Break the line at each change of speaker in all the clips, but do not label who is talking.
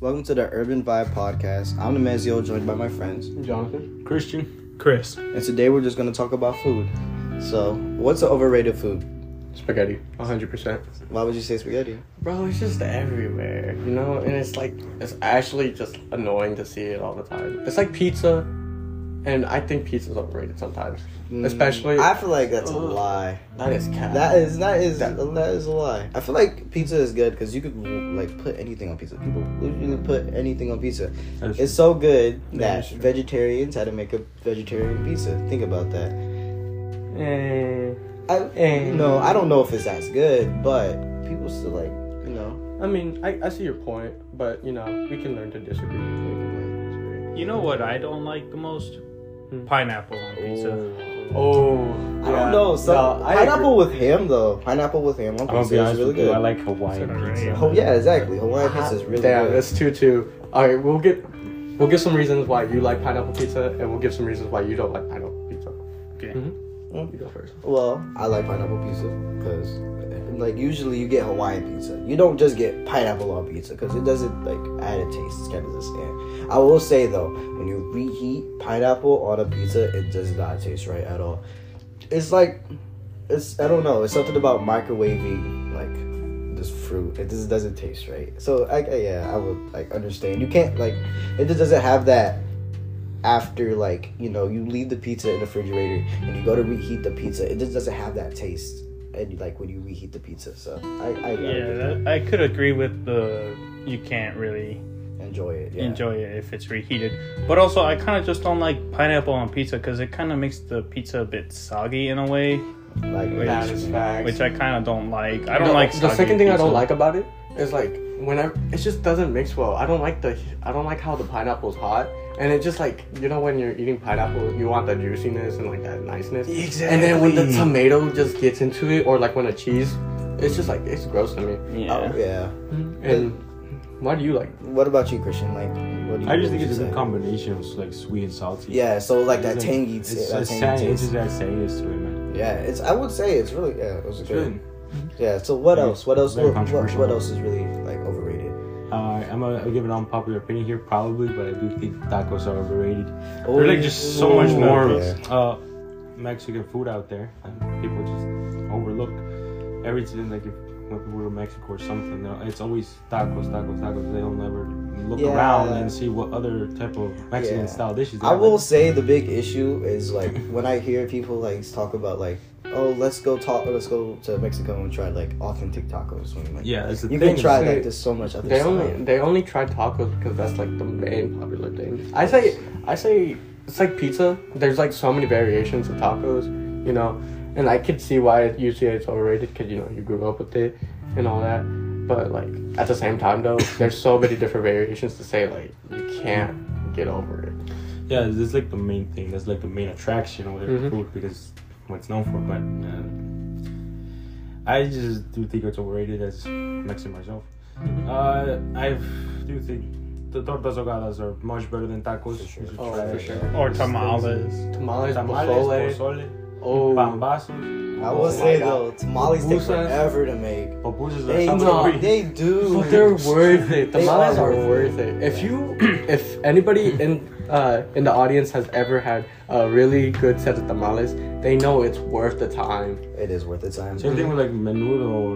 Welcome to the Urban Vibe Podcast. I'm Nemezio, joined by my friends.
Jonathan.
Christian.
Chris.
And today we're just going to talk about food. So, what's an overrated food?
Spaghetti. 100%.
Why would you say spaghetti?
Bro, it's just everywhere, you know? And it's like, it's actually just annoying to see it all the time. It's like pizza, and I think pizza's overrated sometimes. Especially.
Mm, I feel like that's a
Ugh.
lie.
that is cat.
That is that is
That-
that is a lie. I feel like pizza is good because you could like put anything on pizza. People literally put anything on pizza.
That's
It's so good that
that's true.
vegetarians had to make a vegetarian pizza. Think about that.
Eh,
I
eh.
no, I don't know if it's as good, but people still like you know.
I mean, I, I see your point, but, you know, we can learn to disagree. We can learn
You know what I don't like the most?
Hmm.
Pineapple on pizza.
to disagree. Oh.
I don't know. So
I
pineapple with ham though. Pineapple with ham on
I'll
pizza
be
is
honest
really
with you.
good.
I like Hawaiian
Alright.
pizza.
oh yeah, exactly. Hawaiian pizza is really
Damn,
good.
it's two two. All right, we'll get we'll give some reasons why you like pineapple pizza, and we'll give some reasons why you don't like pineapple pizza.
Okay.
You go first.
Well, I like pineapple pizza because, like, usually you get Hawaiian pizza. You don't just get pineapple on pizza because it doesn't like add a taste. It's kind of the same. I will say though, when you reheat pineapple on a pizza, it does not taste right at all. It's like, it's I don't know. It's something about microwaving like this fruit. It just doesn't taste right. So I, I- yeah, I would like understand. You can't like it just doesn't have that after like you know you leave the pizza in the refrigerator and you go to reheat the pizza it just doesn't have that taste and like when you reheat the pizza so i i gotta
Yeah,
get
that, I could agree with the you can't really
that. enjoy it yeah
enjoy it if it's reheated. But also, I kind of just don't like pineapple on pizza because it kind of makes the pizza a bit soggy in a way,
like oh,
Wait, That is
facts.
which I kind of don't like. I don't
the,
like
the
soggy
second thing I don't
pizza.
like about it is like whenever it just doesn't mix well. I don't like the I don't like how the pineapple's hot, and it just like you know when you're eating pineapple, you want that juiciness and like that niceness.
Exactly.
And then when the tomato just gets into it, or like when a cheese, it's just like it's gross to me.
Yeah.
oh yeah
And why do you like?
what about you christian like what do you
I just
what
think
would
it's a
you
good
say?
combination of like sweet and salty.
yeah so like
It's
that tangy
It's,
ta-
it's,
that
it's,
tangy
tangy, it's
taste.
just that tanginess to it, man.
yeah it's i would say it's really yeah it was
It's
good
good.
yeah so what
Yeah,
else what else
very
what, what,
controversial.
what else is really like overrated
Uh, I'm gonna I'll give an unpopular opinion here, probably, but I do think tacos are overrated.
oh,
There's like just so much more
yeah.
uh, Mexican food out there, and people just overlook everything. Like if when people go to Mexico or something, they'll- it's always tacos, tacos, tacos. They'll never look
Yeah.
around and see what other type of Mexican style dishes. they
I
have.
will say the big issue is like when I hear people like talk about like, oh, let's go talk, let's go to Mexico and try like authentic tacos. When, like,
Yeah, that's the
you
thing.
can try
They-
like there's so much other
They
stuff.
only they only try tacos because that's like the main popular thing. I say I say it's like pizza. There's like so many variations of tacos, you know, and I could see why UCA it's overrated because you know you grew up with it and all that. But like at the same time though, there's so many different variations to say like you can't get over it.
Yeah, that's like the main thing. That's like the main attraction over their
Mhm.
food because what it's known for. But uh, I just do think it's overrated as Mexican myself.
Mm-hmm.
Uh, I do think the tortas ahogadas are much better than tacos.
For sure.
You should
Oh,
try
for
it.
sure.
Or
Those
tamales.
things.
Tamales,
Tamales,
pozole,
pozole,
oh,
pambazos.
I
Oh
will
my
say
God.
though, tamales take
Pupusas.
forever to make.
Pupusas
They,
are some
no.
of
do,
the
they do.
But they're worth it.
They
Tamales
are
are
worth
worth it. If you, if anybody in uh, in the audience has ever had a really good set of tamales, they know it's worth the time.
It is worth the time.
Same thing with like menudo or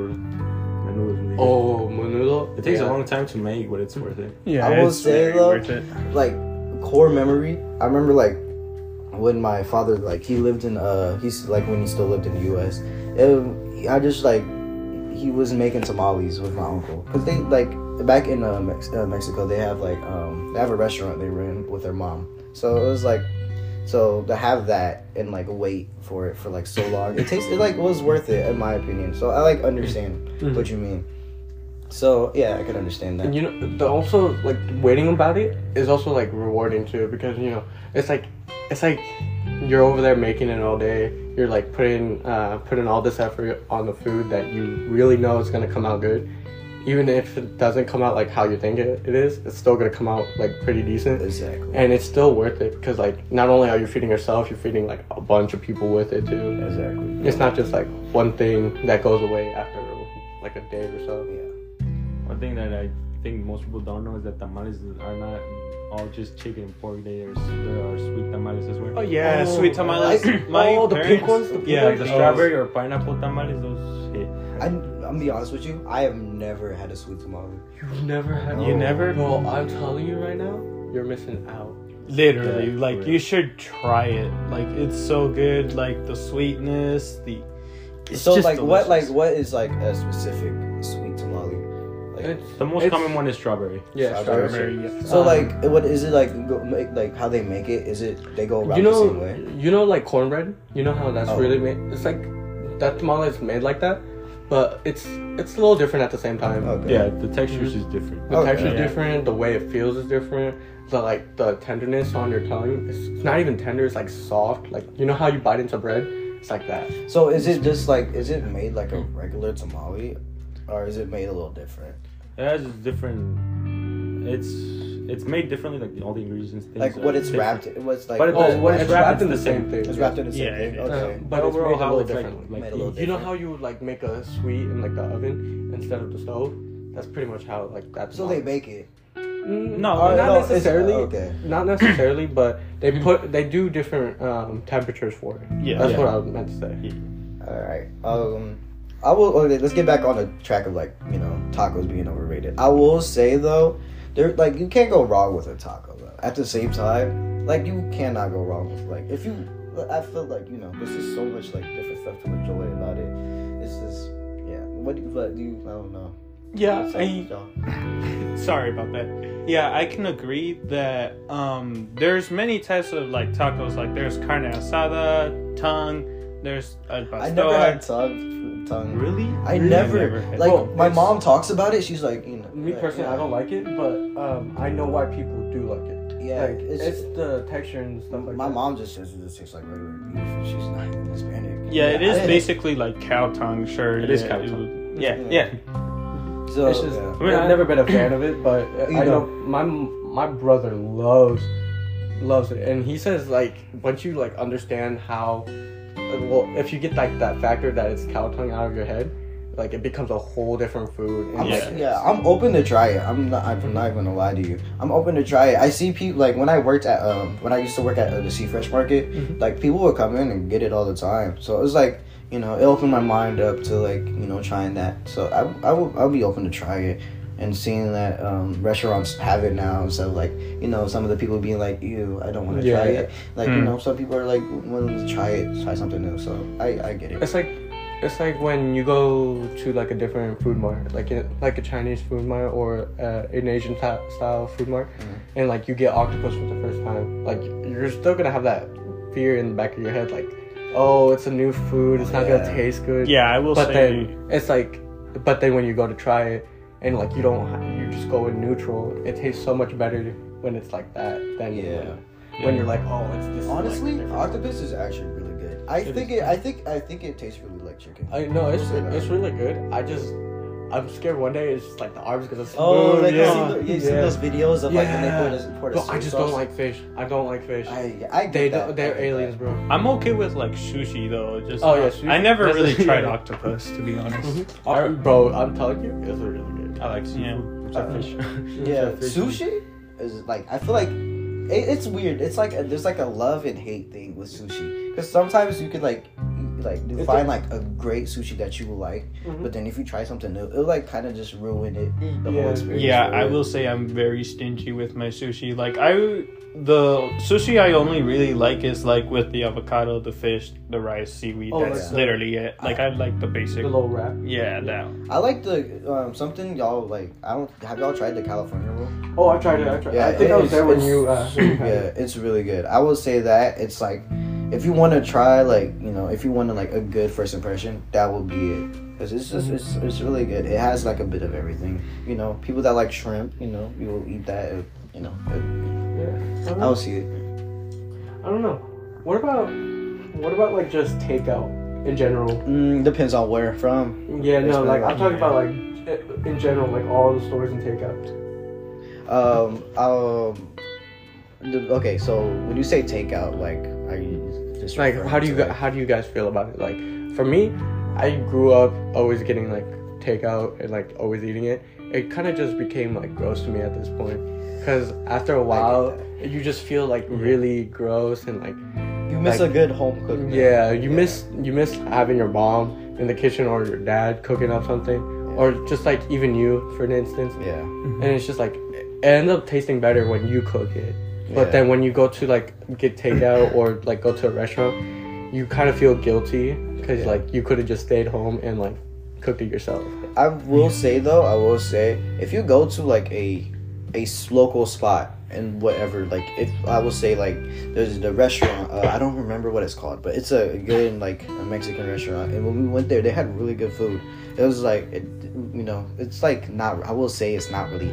menudo. is really good.
Oh, menudo.
It takes
yeah.
a long time to make, but it's worth it.
Yeah,
I will
it's
say,
very
though-
worth it.
like core memory. I remember like when my father like he lived in uh he's like when he still lived in the U.S. It, I just like he was making tamales with my uncle because they like back in uh, Mex- uh, Mexico they have like um they have a restaurant they ran with their mom. So it was like so to have that and like wait for it for like so long it takes it like was worth it in my opinion. So I like understand what you mean. So yeah, I can understand that.
Mm-hmm. And you know, the also like waiting about it is also like rewarding too because you know it's like it's like you're over there making it all day. You're like putting uh, putting all this effort on the food that you really know is gonna come out good. Even if it doesn't come out like how you think it, it is, it's still gonna come out like pretty decent,
Exactly.
and it's still worth it because like not only are you feeding yourself, you're feeding like a bunch of people with it too.
Exactly.
It's not just like one thing that goes away after like a day or so.
Yeah.
One thing that I thing most people don't know is that tamales are not all just chicken and pork. They are, there are sweet tamales as well.
Oh yeah, sweet tamales.
like-
my
oh, the pink
parents-
ones, the pink
yeah,
ones?
The Oh.
those.
strawberry or pineapple tamales, those hit.
I'm, I'm be honest with you. I have never had a sweet tamale.
You've never had.
You
never?
Bro, I'm telling you right now, you're missing out.
Literally,
Yeah,
like
right.
you should try it. Like it's so good. Like the sweetness, the. It's
so
just
like what like
delicious.
what is like a specific sweet tamale? Like
The most common one is strawberry.
Yeah,
Strawberry.
strawberry.
yeah.
so
um,
like what is it like go, make, like how they make it? Is it they go around
You
the same
know,
way?
you know, like cornbread. You know how that's
Oh.
really made. It's like that tamale is made like that, but it's it's a little different at the same time.
Okay.
Yeah, the texture is just different.
The
Okay.
texture is
Yeah.
different. The way it feels is different. The like the tenderness on your tongue. It's, it's not even tender. It's like soft. Like you know how you bite into bread. It's like that.
So is it just like is it made like a regular tamale, or is it made a little different?
It has different. It's it's made differently, like all the ingredients. Things
Like
are
what it's
different.
wrapped? What's like?
But it-
Oh,
Oh,
what
it's
it's
wrapped
wrapped in
in
the
the
same thing.
It's wrapped in the same
Yeah,
thing.
yeah.
Okay.
Uh,
But
but it's
overall,
made a
how
little
it's like-
differently.
like
Made a little
You know
different.
how you would like make a sweet in like the oven instead of the stove? That's pretty much how like that's.
so they bake it.
not
No,
no, it's-
necessarily.
okay.
Not necessarily, but they put they do different um, temperatures for it.
Yeah.
that's
Yeah.
what I meant to say.
All right. Um, I will. Okay, let's get back on the track of like you know tacos being overrated. I will say though, there like you can't go wrong with a taco though. At the same time, like you cannot go wrong with like if you. I feel like you know this is so much like different stuff to enjoy about it. It's just yeah. What do you, what do you I don't know.
Yeah,
So,
I,
y'all-
sorry about that. Yeah, I can agree that um, there's many types of like tacos. Like there's carne asada, tongue. There's al pastor.
I never had tongue. Tongue.
Really?
I never,
Never had-
like
Well,
my
it's-
mom talks about it. She's like, you know,
Me
like,
personally,
yeah,
I don't like it, but um, I know why people do like it.
Yeah,
like,
it's-
it's, the texture and stuff like
My
that.
mom just says it just tastes like regular beef. She's not even Hispanic.
Yeah, it is
I-
basically like cow tongue. Sure,
It is cow tongue.
would- Yeah,
Yeah.
yeah.
So,
It's just,
yeah.
I mean,
I've
I-
never been a fan of it, but
You
I know
know.
my my brother loves loves it, and he says like once you like understand how, uh, well, if you get like that factor that it's cow tongue out of your head, like it becomes a whole different food.
I'm
and,
like,
like,
yeah, I'm open to try it. I'm not. I'm not even gonna lie to you. I'm open to try it. I see people like when I worked at um when I used to work at uh, the Sea Fresh Market, like people would come in and get it all the time. So it was like you know it opened my mind up to like you know trying that. So I I will I'll be open to try it. And seeing that um, restaurants have it now, so like you know, some of the people being like, "Ew, I don't want to
Yeah,
try
yeah.
it." Like you
Hmm.
know, some people are like willing to try it, try something new. So I, I get it.
It's like it's like when you go to like a different food mart, like a, like a Chinese food mart or uh, an Asian ta- style food mart,
Mm-hmm.
and like you get octopus for the first time. Like you're still gonna have that fear in the back of your head, like, oh, it's a new food, it's not
Yeah.
gonna taste good.
Yeah, I will
But
say.
then it's like, but then when you go to try it, and like you don't, ha- you just go in neutral. It tastes so much better when it's like that than
Yeah.
when, when you're like, oh, it's this. is, like,
Honestly,
different.
octopus is actually really good. I think it. I think. I think it tastes really like chicken.
I no, it's
Say that.
it's really good. I just I'm scared one day it's just like the arms gonna smooth.
oh, like
yeah.
you, see, the, you see
Yeah.
those videos of like when they
Yeah.
put a, put a
But I
soy
just
sauce-
don't like fish. I don't like fish.
I, I get
they
that.
don't,
I
they're
get
aliens,
that.
bro.
I'm okay with like sushi though. Just
Oh, yeah, sushi.
I never
That's-
really tried
yeah.
octopus to be honest.
Uh, bro, I'm telling you, it's really good.
Mm-hmm. I like seafood.
Yeah.
Except fish.
Yeah,
Except fish.
sushi is like I feel like it, it's weird. It's like a, there's like a love and hate thing with sushi because sometimes you could like you- like you
It's
find
a-
like a great sushi that you like, but then if you try something new, it'll like kind of just ruin it the
Yeah.
whole experience.
yeah,
for
I
it.
will say I'm very stingy with my sushi. Like I the sushi I only really like is like with the avocado, the fish, the rice, seaweed.
Oh, like
That's
the-
literally it. Like I like the basic.
The little wrap.
Yeah, that.
I like the um, something y'all like. I don't have y'all tried the California roll.
Oh, I tried it. I tried. it.
Yeah,
I think I was there when you. Uh,
it's-
when you had it.
yeah, it's really good. I will say that it's like, if you want to try, like you know, if you want to like a good first impression, that will be it. Cause it's
Mm-hmm.
just it's, it's really good. It has like a bit of everything. You know, people that like shrimp, you know, you will eat that. If, you know, if-
Yeah. I,
I
don't,
will see it.
I don't know. What about what about like just takeout in general?
Mm, depends on where from.
Yeah, no,
Basically,
like I'm
like-
talking about like in general, like all the stores and takeout.
Um, um, the, okay. So when you say takeout, like are you just
like
referring
how do
to,
you gu- how do you guys feel about it like for me i grew up always getting like takeout and like always eating it it kind of just became like gross to me at this point. Because after a while, you just feel like really gross and like
You miss
Like-
a good home cooked meal.
yeah, you miss you miss having your mom in the kitchen or your dad cooking up something, or just like even you for an instance.
Yeah.
And it's just like it ends up tasting better when you cook it. But
Yeah.
then when you go to like get takeout or like go to a restaurant, you kind of feel guilty because
Yeah.
like you could have just stayed home and like cooked it yourself.
I will say though, I will say if you go to like a a s- local spot and whatever, like if I will say like there's the restaurant, uh, I don't remember what it's called, but it's a good like a Mexican restaurant. And when we went there, they had really good food. It was like it, you know, it's like not. I will say it's not really.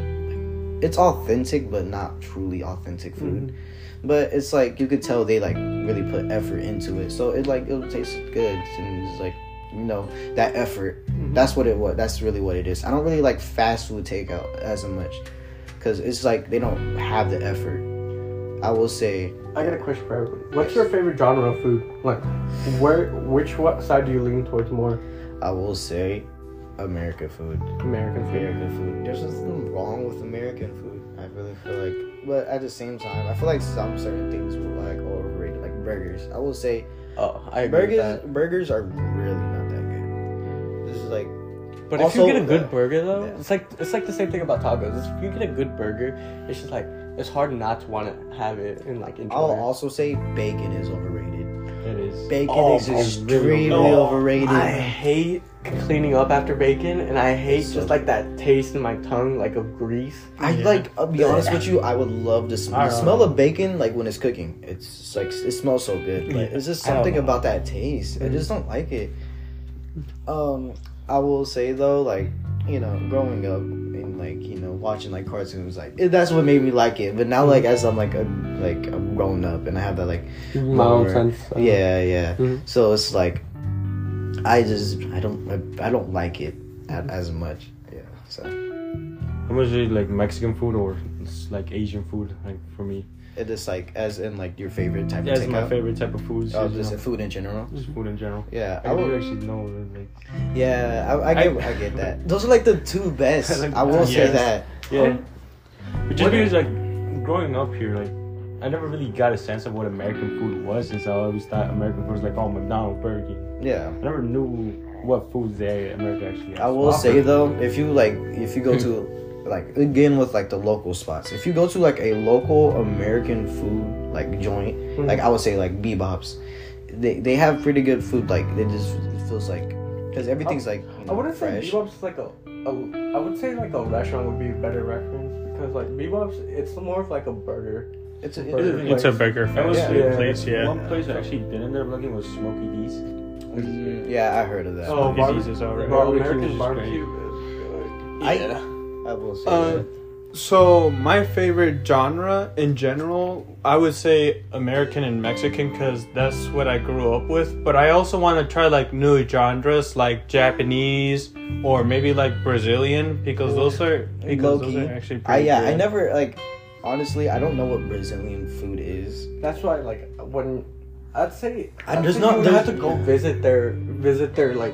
It's authentic, but not truly authentic food. But it's like you could tell they like really put effort into it, so it like it'll taste good and it's like you know that effort that's what it was that's really what it is i don't really like fast food takeout as much because it's like they don't have the effort i will say
I got a question for everyone. What's your favorite genre of food? Like, where which what side do you lean towards more?
i will say american food
American food.
american food there's nothing wrong with american food i really feel like but at the same time i feel like some certain things were like overrated like burgers i will say
Oh, I agree with
burgers burgers are really not that good this is like
But
Also,
if you get a good
uh,
burger though,
yeah.
it's like it's like the same thing about tacos. If you get a good burger, it's just like it's hard not to want to have it and like enjoy.
i'll
it.
also say bacon is overrated
It is.
bacon
Oh,
is
oh,
extremely
no.
overrated
I hate cleaning up after bacon, and I hate
So
just like that taste in my tongue, like of grease.
I
Yeah.
like. I'll be honest with you. I would love to sm-
I
the
don't
smell
know.
of bacon, like when it's cooking. It's just, like it smells so good. Like,
Yeah.
It's just
I don't
something
know.
about that taste. I just don't like it. Um, I will say though, like you know, growing up and like you know, watching like cartoons, like it, that's what made me like it. But now, like as I'm like a like I'm grown up and I have that like
My own
lower-
sense. of-
yeah, yeah.
Mhm.
So it's like I just I don't I, I don't like it a- as much. Yeah. So
I'm usually like Mexican food or it's like Asian food, like for me.
it is like as in like your favorite type
That's
of takeout.
my favorite type of food.
Oh,
you
just
know,
food in general.
just food in general.
Yeah, I
I do
will,
actually know. Like,
yeah, I, I get, I,
I-
get that. Those are like the two best.
Like,
I will say
yes.
that.
yeah, but just
what-
because like growing up here, like I never really got a sense of what American food was, since I always thought American food was like oh McDonald's, Burger King.
Yeah,
I never knew what foods they America actually. Has
I will say though, if you like, if you go to, like again with like the local spots, if you go to like a local American food like joint, like I would say like Bebop's, they they have pretty good food. Like it just it feels like because everything's like you
I
know,
wouldn't say
fresh.
bebop's like a, a. I would say like a restaurant would be a better reference because like bebop's, it's more of like a burger.
It's a,
Burger
it,
King.
It's a burger
That was
fast
Yeah.
food
Yeah.
place, yeah.
One place I actually did end up liking was Smoky D's.
yeah, I heard of that.
Oh,
Smoky
barbe-
D's is alright.
Well,
Barbecue is
American
just
barbecue is.
I-
good. Yeah.
I will say.
Uh,
that.
so my favorite genre in general, I would say American and Mexican because that's what I grew up with. But I also want to try like new genres like Japanese or maybe like Brazilian because those are because those
Low-key.
are actually
I
pretty.
yeah, I
good.
never like. Honestly, I don't know what Brazilian food is.
That's why, like, when I'd say,
I-
I'd
there's
say
not-
you would
there's-
have to go visit their visit their like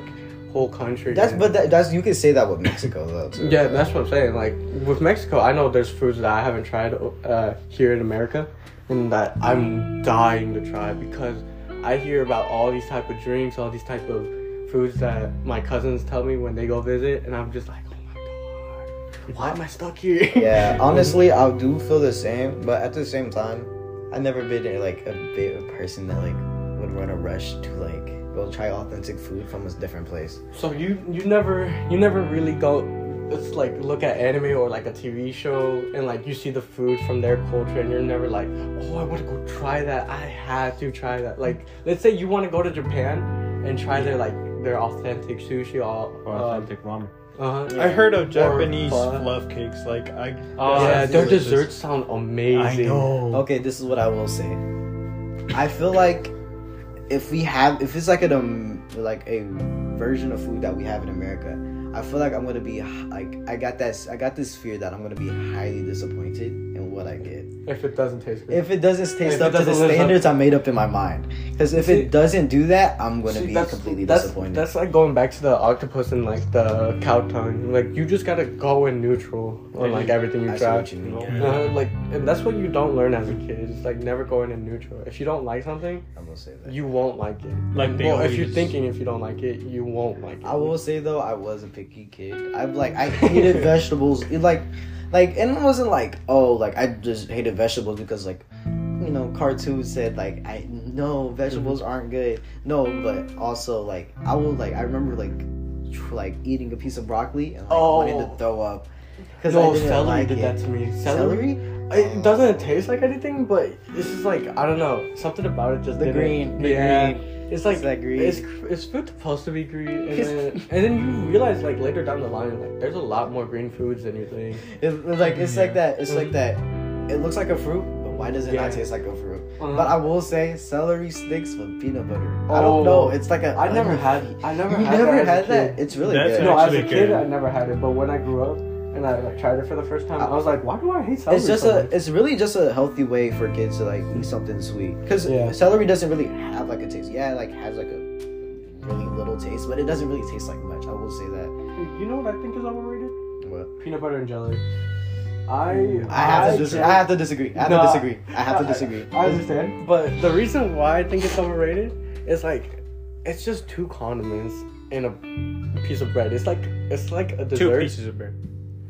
whole country.
That's
and-
but that, that's you can say that with Mexico though. Too.
yeah, that's what I'm saying. Like with Mexico, I know there's foods that I haven't tried uh, here in America, and that I'm dying to try because I hear about all these type of drinks, all these type of foods that my cousins tell me when they go visit, and I'm just like, oh my god, why am I stuck here?
yeah. Honestly, I do feel the same, but at the same time, I never been uh, like a bit a person that like would run a rush to like go try authentic food from a different place.
So you you never you never really go it's like look at anime or like a TV show and like you see the food from their culture and you're never like, "Oh, I want to go try that. I have to try that." Like let's say you want to go to Japan and try their like their authentic sushi all
Or authentic ramen.
uh
I heard of Japanese
pho.
fluff cakes. Like I,
Oh,
yeah,
that's
their
delicious.
desserts sound
I
amazing.
know.
Okay, this is what I will say. I feel like if we have if it's like an um, like a version of food that we have in America, I feel like I'm gonna be h- like I got that I got this fear that I'm gonna be highly disappointed in what I get.
If it doesn't taste good.
If it doesn't taste
If it
up
doesn't
to
live
the
up-
standards I made up in my mind, because if
See-
it doesn't do that, I'm gonna
See,
be
that's-
completely
that's,
disappointed.
That's like going back to the octopus and like the cow tongue. Like you just gotta go in neutral on like everything you
Mm-hmm. I see
try.
what you mean.
Yeah.
yeah.
Uh, like and that's what you don't learn as a kid. It's like never going in neutral. If you don't like something,
I'm gonna say that.
you won't like it.
Like they
well, if
always-
you're thinking if you don't like it, you won't like it.
I will say though, I was a picky kid. I'm like I hated vegetables. It, like, like, and it wasn't like oh, like I just hated vegetables because like, you know, cartoons said like I no vegetables
Mm-hmm.
aren't good. No, but also like I will like I remember like tr- like eating a piece of broccoli and like,
Oh.
wanting to throw up because
No,
I didn't
celery
like
did
it.
that to me. Celery,
Celery,
it doesn't taste like anything, but this is like I don't know something about it just
the
didn't-
green, the
yeah.
green.
It's like
It's that green.
It's, it's food supposed to be green, and then, and then you realize like later down the line, like there's a lot more green foods than you think.
It, it's like it's like that. It's like that. It looks like a fruit, but why does it
Yeah.
not taste like a fruit?
Uh,
But I will say celery sticks with peanut butter. I
Oh.
don't know. It's like a.
I never
onion-
had. I never
You
had.
never
that as
had
a
that.
kid.
It's really
That's
good.
No, as a
Actually
kid,
good.
I never had it. But when I grew up and I like, tried it for the first time, I was like, why do I hate celery?
it's just
so
a.
much?
It's really just a healthy way for kids to like eat something sweet because
Yeah.
celery doesn't really have like a taste. Yeah, it, like has like a really little taste, but it doesn't really taste like much. I will say that.
You know what I think is overrated?
What?
Peanut butter and jelly. I
I have to disagree. I
can't-
have to disagree. I have
No,
to disagree. I have to disagree.
I understand, but the reason why I think it's overrated is like, it's just two condiments in a piece of bread. It's like it's like a dessert.
Two pieces of bread.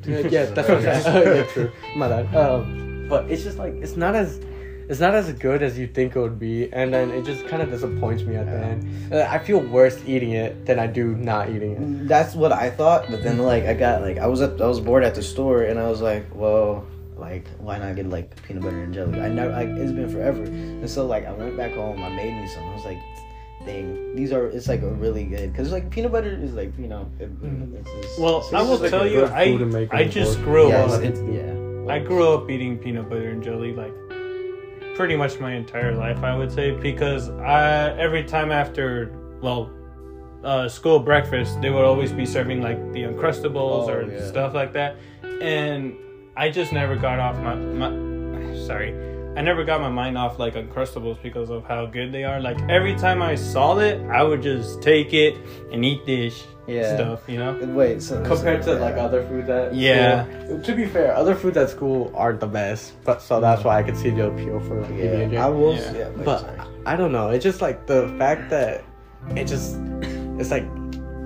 Yeah, Uh, yeah, that's what I'm saying. yeah, true. My bad. Um, but it's just like it's not as it's not as good as you think it would be, and then it just kind of disappoints me at the end. Uh, I feel worse eating it than I do not eating it.
that's what I thought, but then like I got like I was at I was bored at the store and I was like, well, like why not get like peanut butter and jelly? I never like it's been forever, and so like I went back home, I made me some. I was like, dang, these are it's like really good because like peanut butter is like you know. It, it's just,
Mm-hmm. Well,
it's
I will
just, like,
tell
a
you,
good-
food to
I
make
I
it
just
work.
grew
yeah,
up.
it's, it's, yeah.
I grew up eating peanut butter and jelly like pretty much my entire life, I would say, because I every time after well uh, school breakfast, they would always be serving like the uncrustables
Oh,
or
yeah.
stuff like that, and I just never got off my, my sorry. I never got my mind off like uncrustables because of how good they are. Like every time I saw it, I would just take it and eat this
Yeah.
stuff, you know?
Wait, so
Compared to
yeah.
like other food that
Yeah.
school- to be fair, other foods at school aren't the best, but so that's why I could see the appeal for like PB&J.
yeah, I will.
Yeah.
Yeah, wait,
but
sorry.
I don't know. It's just like the fact that it just it's like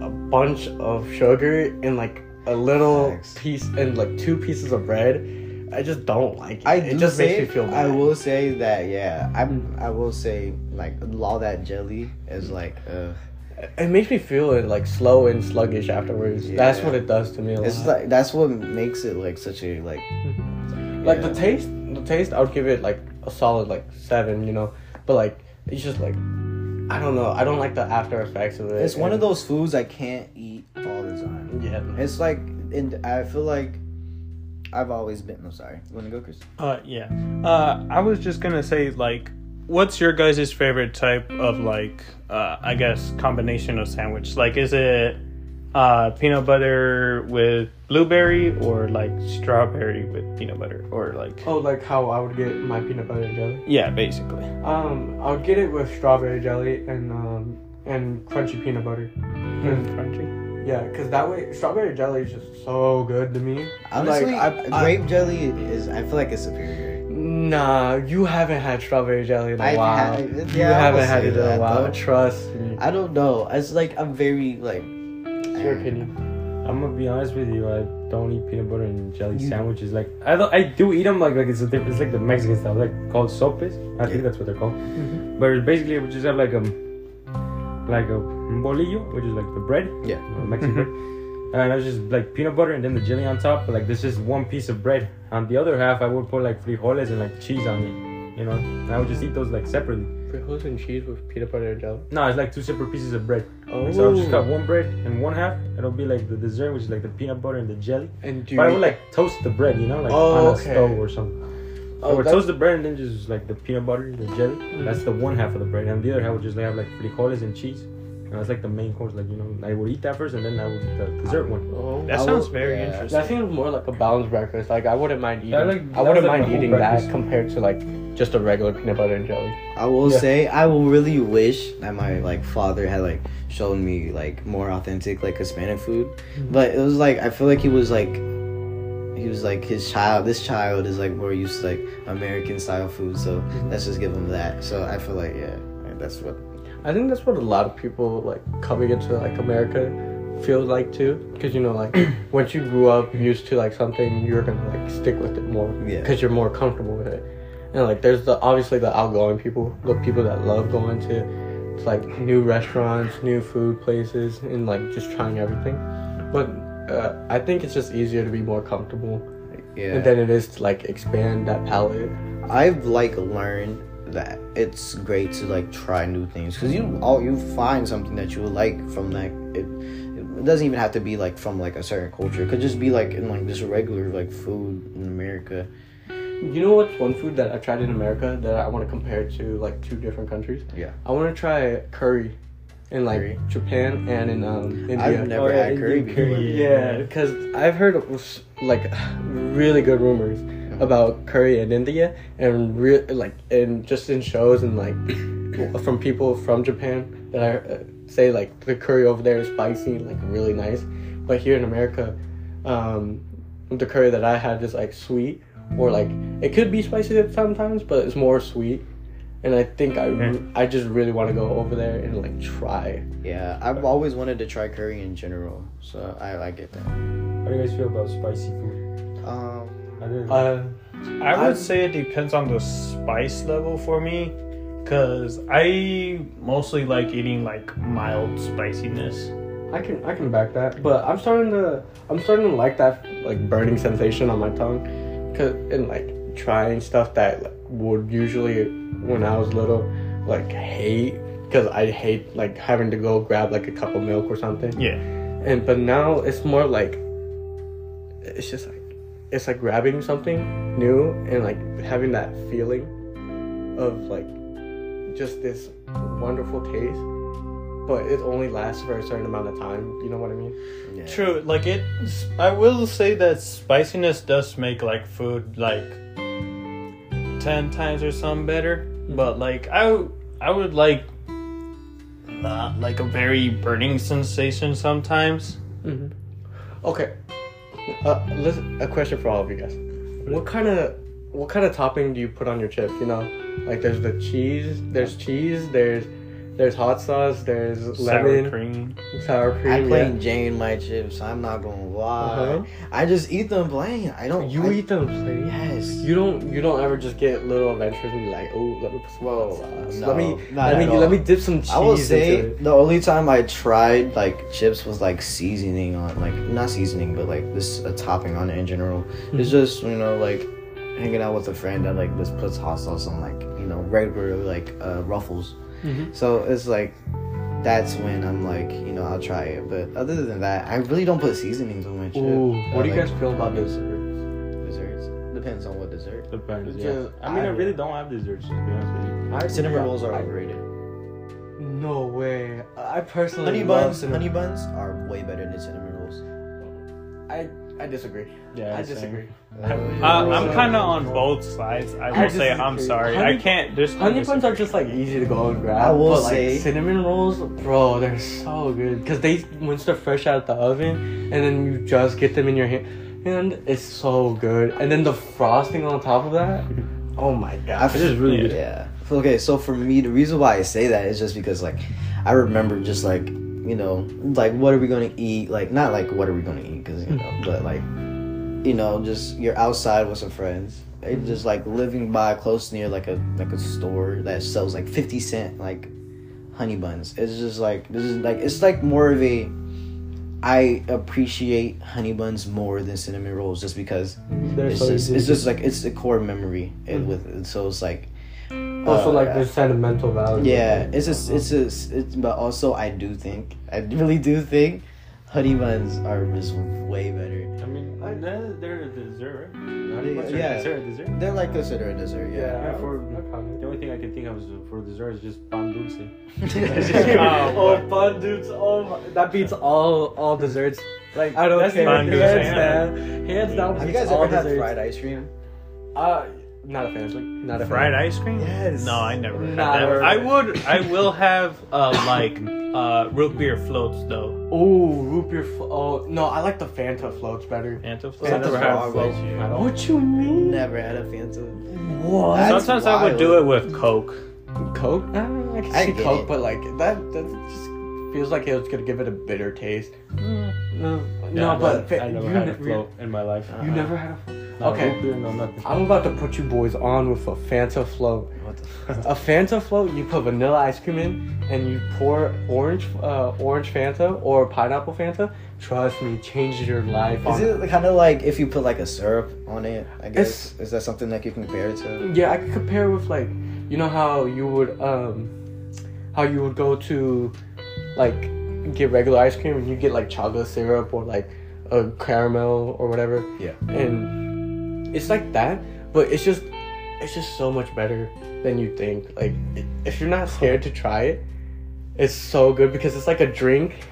a bunch of sugar and like a little
Facts.
piece and like two pieces of bread. I just don't like it.
I
it
do
just
say-
makes me feel
I
bad.
will say that yeah, I'm. I will say like all that jelly is like. Uh,
It makes me feel it like slow and sluggish afterwards. That's
Yeah.
what it does to me. A
It's
lot.
like that's what makes it like such a like
like
yeah.
the taste the taste i would give it like a solid like seven you know but like it's just like i don't know i don't like the after effects of it
it's one of
and-
those foods I can't eat all the time.
yeah
It's like and I feel like I've always been I'm sorry. You wanna go Chris?
Uh, yeah. Uh, I was just gonna say, like, what's your guys' favorite type of like, uh, I guess combination of sandwich? Like, is it uh, peanut butter with blueberry or like strawberry with peanut butter or like?
oh like how i would get my peanut butter and jelly
Yeah, basically.
um i'll get it with strawberry jelly and um and crunchy peanut butter
Hmm.
Mm, crunchy.
yeah because that way strawberry jelly is just so good to me
Honestly,
like, I- I-
grape jelly is I feel like it's superior.
nah you haven't had strawberry jelly in a
I've
while
had-
you
yeah, I
haven't
will
had
say
it in a
that,
while
though.
trust me
I don't know. It's like I'm very like
it's your opinion
I'm gonna be honest with you. I don't eat peanut butter and jelly sandwiches. Like I don't, I do eat them. Like like it's a different. It's like the Mexican style, like called sopes. I think that's what they're called. But it's basically, we just have like a like a bolillo, which is like the bread.
Yeah.
uh, Mexican bread. And I was just like peanut butter and then the jelly on top. But like there's just one piece of bread. On the other half, I would put like frijoles and like cheese on it. You know, and I would just eat those like separately.
frijoles and cheese with peanut butter and jelly
No, it's like two separate pieces of bread.
oh
So I'll just cut one bread and one half. It'll be like the dessert, which is like the peanut butter and the jelly.
and do
But I
you
would like toast the bread, you know, like
Oh,
on a
okay. Oh,
stove or something. I would
that's- Mm-hmm.
toast the bread and then just like the peanut butter, the jelly. That's the one half of the bread, and the other half would just like, have like frijoles and cheese. You know, it's like the main course. Like you know, I would eat that first, and then I would eat the dessert one.
Oh.
That
I
sounds
will-
very
yeah.
That
interesting.
seems more like a balanced breakfast. Like I wouldn't mind eating.
Yeah, like,
I
that
wouldn't
was, like, a
mind
whole
eating
breakfast.
that compared to like just a regular peanut butter and jelly.
I will
Yeah.
say I will really wish that my like father had like shown me like more authentic like Hispanic food, but it was like I feel like he was like he was like his child. This child is like more used to like American style food, so let's just give him that. So I feel like yeah, like, that's what.
I think that's what a lot of people like coming into like America feel like too, because you know like once you grew up used to like something, you're gonna like stick with it more,
Yeah.
because you're more comfortable with it. And like there's the obviously the outgoing people, the people that love going to, to like new restaurants, new food places, and like just trying everything. But uh, I think it's just easier to be more comfortable
Yeah.
than it is to like expand that palette.
I've like learned that it's great to like try new things because you all you find something that you would like from like it. It doesn't even have to be like from like a certain culture. It could just be like in like just regular like food in America.
You know what's one food that I tried in America that I want to compare to like two different countries?
Yeah.
I want to try curry in like
Curry?
Japan and in um, India.
I've never
Oh, yeah,
had curry
Indian
before.
curry,
Yeah, because I've heard of s- like really good rumors about curry in India and real like and just in shows and like from people from Japan that I uh, say like the curry over there is spicy and like really nice, but here in America, um, the curry that I had is like sweet or like it could be spicy sometimes, but it's more sweet. And I think I, re- I just really want to go over there and like try.
Yeah, I've always wanted to try curry in general, so I like it. Then.
How do you guys feel about spicy food?
Um,
I didn't.
Uh,
I would say it depends on the spice level for me, cause I mostly like eating like mild spiciness.
I can I can back that, but I'm starting to I'm starting to like that like burning sensation on my tongue, cause and like trying stuff that like, would usually when I was little like hate, cause I hate like having to go grab like a cup of milk or something,
Yeah.
and but now it's more like it's just like it's like grabbing something new and like having that feeling of like just this wonderful taste but it only lasts for a certain amount of time you know what i mean
yeah.
True. Like it, I will say that spiciness does make like food like ten times or some better. But like I, w- I would like not like a very burning sensation sometimes.
okay uh, listen, a question for all of you guys what kind of what kind of topping do you put on your chips you know like there's the cheese there's cheese there's there's hot sauce there's lemon
Sour cream.
sour cream
I
yeah.
plain Jane my chips. I'm not gonna lie.
Uh-huh.
I just eat them plain. I don't.
You
I-
eat them plain.
Yes.
You don't. You don't ever just get little adventures and be like, oh, let me put some hot
Whoa,
sauce.
no,
let me
not
let me
at all.
let me dip some cheese
I will say
into it.
the only time I tried like chips was like seasoning on like not seasoning but like this a topping on it in general. It's just you know like hanging out with a friend that like just puts hot sauce on like you know regular like uh, ruffles. So it's like that's when I'm like you know I'll try it. But other than that, I really don't put seasonings on my chip.
Ooh,
I
what do you
like
guys feel about desserts?
desserts? Depends on what dessert.
Depends.
It's
Yeah.
just-
I mean, I,
I-
really don't have desserts. To be honest with you.
I,
Cinnamon rolls are
I-
overrated.
No way. I personally
Honey
love
buns,
cinnamon-
honey buns are way better than cinnamon rolls.
I I disagree.
Yeah.
I
same.
disagree.
Uh, I'm
Yeah.
kind of on both sides. I will
I
say I'm
disagree.
sorry. I
Honey-
can't. There's no
Honey buns are
disagree.
just like easy to go and grab.
I will
but, like,
say-
cinnamon rolls, bro, they're so good because they once they're fresh out the oven, and then you just get them in your hand, and it's so good. And then the frosting on top of that, oh my god,
just
really good.
yeah. Okay, so for me, the reason why I say that is just because like I remember just like you know like what are we gonna eat? Like not like what are we gonna eat because you know, but like you know just you're outside with some friends. And just like living by close near like a like a store that sells like fifty cent like honey buns. It's just like this is like it's like more of a I appreciate honey buns more than cinnamon rolls just because
they're
it's
so
just,
easy.
it's just like it's a core memory and with so it's like
also
Oh,
uh,
like the sentimental value.
yeah it's just it's just it's but also i do think i really do think honey buns are just way better.
I mean, I, they're, they're a dessert, right?
Yeah,
What's
yeah.
Dessert, dessert.
They're like considered a dessert, yeah.
Yeah, for-
no comment.
The only thing I can think of is for dessert is just pan dulce.
Oh,
oh, fun dudes! Oh, my, that beats all all desserts. Like
I don't
that's
care.
Hands
Fondue is
down, hands down.
Have you
beats
guys
all
ever had
desserts.
fried ice cream?
Uh, not a fan. Like, not a
Fried
fan.
ice cream?
Yes.
No, I never. had
Nah,
that.
never.
I would. I will have uh, like uh, root beer floats though.
Oh, root beer. Flo- oh no, I like the Fanta floats better.
Fanta floats.
Yeah, that's
Never had
wrong
floats.
with you.
I don't-
What you mean?
Never had a Fanta.
What?
That's
Sometimes I would
wild.
do it with Coke.
Coke? Uh, I can
I
see
get
Coke,
it.
but like that, that just feels like it was gonna give it a bitter taste. No,
Yeah,
Mm, no, but
I never had a
ne-
float in my life.
You never had a float.
No,
okay.
root beer, no, nothing.
I'm about to put you boys on with a Fanta float.
What the fuck?
A Fanta float, you put vanilla ice cream in, and you pour orange, uh, orange Fanta or pineapple Fanta. Trust me, changes your life.
Is
on-
it kind of like if you put like a syrup on it? I guess
It's-
is that something that you can compare it to?
Yeah, I could compare with like, you know how you would um, how you would go to, like, get regular ice cream and you get like chocolate syrup or like a caramel or whatever,
Yeah.
and it's like that, but it's just it's just so much better than you think. Like, i- if you're not scared to try it, it's so good because it's like a drink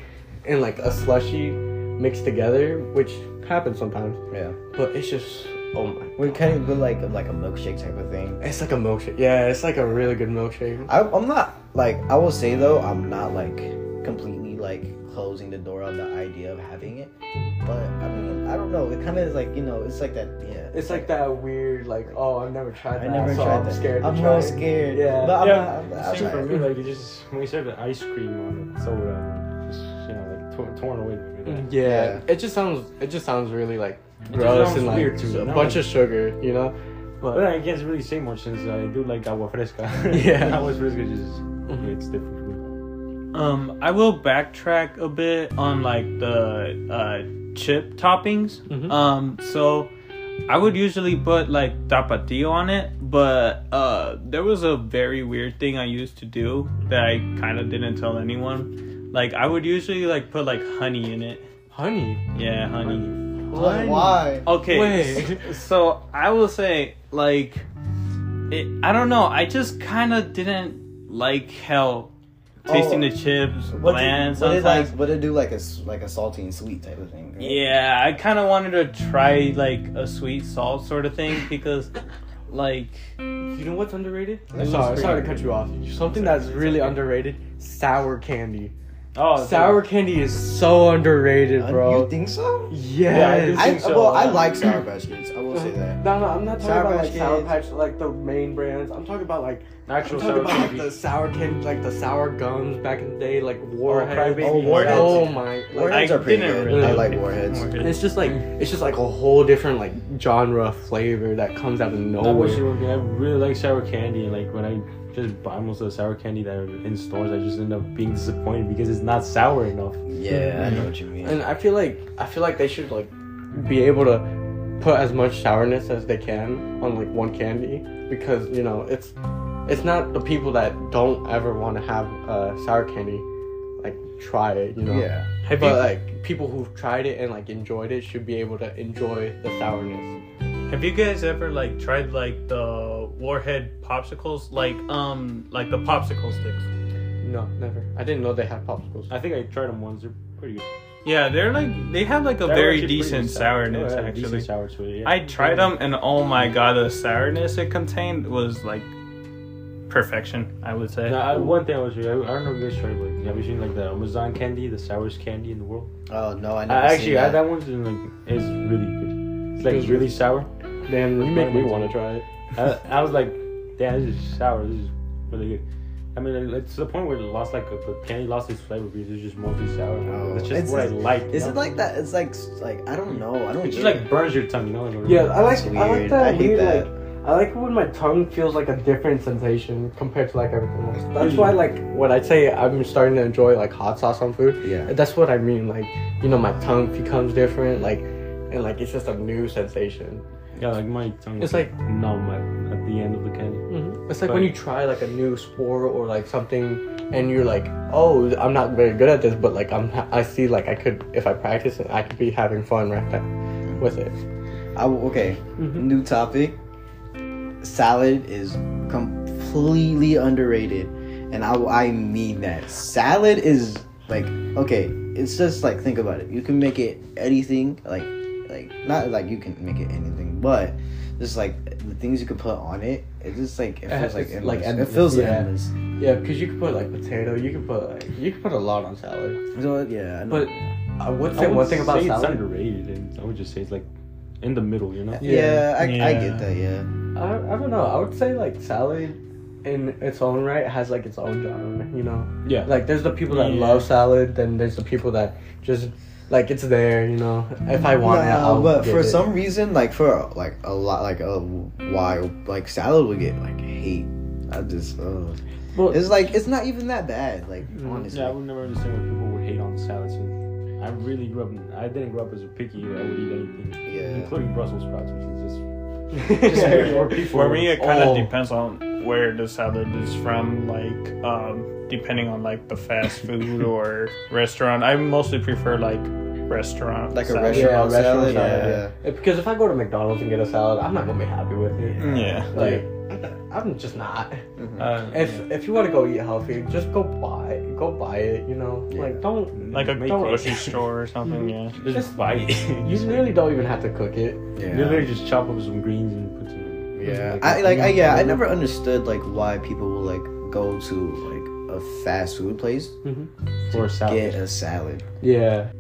and like a slushy mixed together, which happens sometimes,
Yeah.
but it's just oh my.
We kind of do like like a milkshake type of thing.
It's like a milkshake. Yeah, it's like a really good milkshake.
I, I'm not like I will say though I'm not like completely like closing the door on the idea of having it, but I mean I don't know. It kind of is like you know it's like that yeah.
It's like that weird, like, oh, I've never tried
I
that,
never
so
tried
I'm
that.
scared to
I'm
try
real
it.
scared.
Yeah.
But I'm,
Yeah.
I'm, I'm,
Same for
I'm-
me, like you just when you said the ice cream on it, so uh, just you know, like tor- torn away. From me, like,
Mm, Yeah.
Yeah.
it just sounds, it just sounds really like
it just
gross
sounds
and like
weird to me.
a
No,
bunch of sugar, you know.
But
But
I can't really say much since I do like agua fresca.
Yeah. Mm-hmm.
agua fresca just it's different. For me.
Um, I will backtrack a bit on like the uh, chip toppings.
Mhm.
Um, so I would usually put like tapatio on it, but uh, there was a very weird thing I used to do that I kind of didn't tell anyone. Like I would usually like put like honey in it.
honey,
Yeah, honey.
Why? Why?
Okay.
Wait.
s- So I will say, like, it, I don't know. I just kind of didn't like how tasting
Oh,
the chips
What
bland
did, what did
sometimes.
like what did do like a s- like a salty and sweet type of thing? right?
yeah, I kind of wanted to try like a sweet salt sort of thing because, like,
you know what's underrated?
That was
sorry,
pretty
sorry to
good.
cut you off. Something that's really underrated: sour candy.
oh,
sour candy is so underrated,
Uh,
bro.
You think so?
yes.
I
I,
think so,
well, I
yeah.
like sour patch kids. I will say that.
No, no, I'm not talking
Sour
about
Patch
like sour
Kids.
patch, like the main brands. I'm talking about like I'm
Actual
talking
sour
about like, the
candy.
sour candy, like the sour gums back in the day, like warheads.
Crybaby.
Oh, Warheads.
Oh my! Like,
Warheads
I
are pretty
didn't
good.
really
I like
like
warheads.
it's just like it's just like a whole different like genre flavor that comes out of
I wish it
nowhere.
would be. Oh, I really like sour candy, and like when I just buy most of the sour candy that are in stores, I just end up being disappointed because it's not sour enough.
Yeah, I know what you mean.
And I feel like I feel like they should like be able to put as much sourness as they can on like one candy because you know it's it's not the people that don't ever want to have uh, sour candy like try it you know
Yeah.
Have
but
you
like people who've tried it and like enjoyed it should be able to enjoy the sourness.
uh,
have you guys ever like tried like the warhead popsicles, like um, like the popsicle sticks?
No, never. I didn't know they had popsicles.
I think I tried them once; they're pretty good.
Yeah, they're like they have like a
They're
very
actually pretty
decent
sour.
sourness
Yeah,
actually.
decent sour to it, yeah.
I tried them and oh my god, the sourness it contained was like perfection, I would say.
No, I, one thing I was, I, I don't know if you guys tried, like, have you seen like the Amazon candy, the sourest candy in the world?
Oh no, I
I,
never seen
actually, I,
that.
that one's in, like, is really good. It's like
Feels
really
good.
sour.
Damn, you make me
Spider-Man.
want to try it.
I, I was like, damn, this is sour. This is really good. I mean, it's to the point where it lost like the candy lost its flavor because it's just mostly sour.
Oh.
That's just
It's-
what I like.
Is
you
it
know?
like that? It's like like I don't know. I don't.
It just
get
like burns your tongue, you know? Like,
Yeah, I like
That's
I like
weird.
that
I hate
weird
that.
like I like when my tongue feels like a different sensation compared to like everything else. That's why like when I say I'm starting to enjoy like hot sauce on food,
Yeah.
that's what I mean. Like you know, my tongue becomes different, like and like it's just a new sensation.
yeah, like my tongue.
It's
is,
like-
numb at, at the end of the candy.
Mm-hmm. It's like when you try like a new sport or like something, and you're like, oh, I'm not very good at this, but like I'm, I see like I could if I practice it, I could be having fun right now with it.
I w okay,
Mm-hmm.
new topic. Salad is completely underrated, and I, I mean that. Salad is like okay, it's just like think about it. You can make it anything, like like not like you can make it anything, but just like the things you can put on it. It just like it
It
feels
has-
like
it's, like,
endless. it
endless,
feels
yeah.
endless.
Yeah, because you could put like potato, you could put like you could put a lot on salad.
So yeah, I know.
But I would
I
say one
wouldn't
thing about
say it's
salad.
underrated. and I would just say it's like in the middle, you know.
yeah, I, I
Yeah.
get that. Yeah,
I, I don't know. I would say like salad, in its own right, has like its own genre. You know,
Yeah.
like there's the people that
Yeah.
love salad, then there's the people that just like it's there. You know, if I want it,
Nah,
I'll
but
get
for
it.
some reason, like for like a lot, like a while, like salad would get like hate. I just, uh,
Well-
it's like it's not even that bad. Like
Mm.
honestly,
Yeah, I would never understand why people would hate on salads. And I really grew up. I didn't grow up as a picky eater. I would eat anything,
yeah.
including Brussels sprouts, which is just
For me, it kind
Oh.
of depends on where the salad is from. Like, um, depending on like the fast food or restaurant. I mostly prefer like restaurant.
Like a
salad.
restaurant
yeah,
salad,
restaurant salad.
yeah.
Yeah. Because if I go to McDonald's and get a salad, I'm not gonna be happy with it.
Yeah.
Like, I'm just not.
Mm-hmm.
Uh,
If if you want to go eat healthy, just go buy go buy it. You know,
Yeah.
like don't
like a
Make
grocery
it.
store or something. Yeah.
just buy it.
you really don't even have to cook it.
yeah.
You literally just chop up some greens and put some.
Yeah, I like I yeah, I never understood like why people will like go to like a fast food place
for a salad.
get a salad.
Yeah.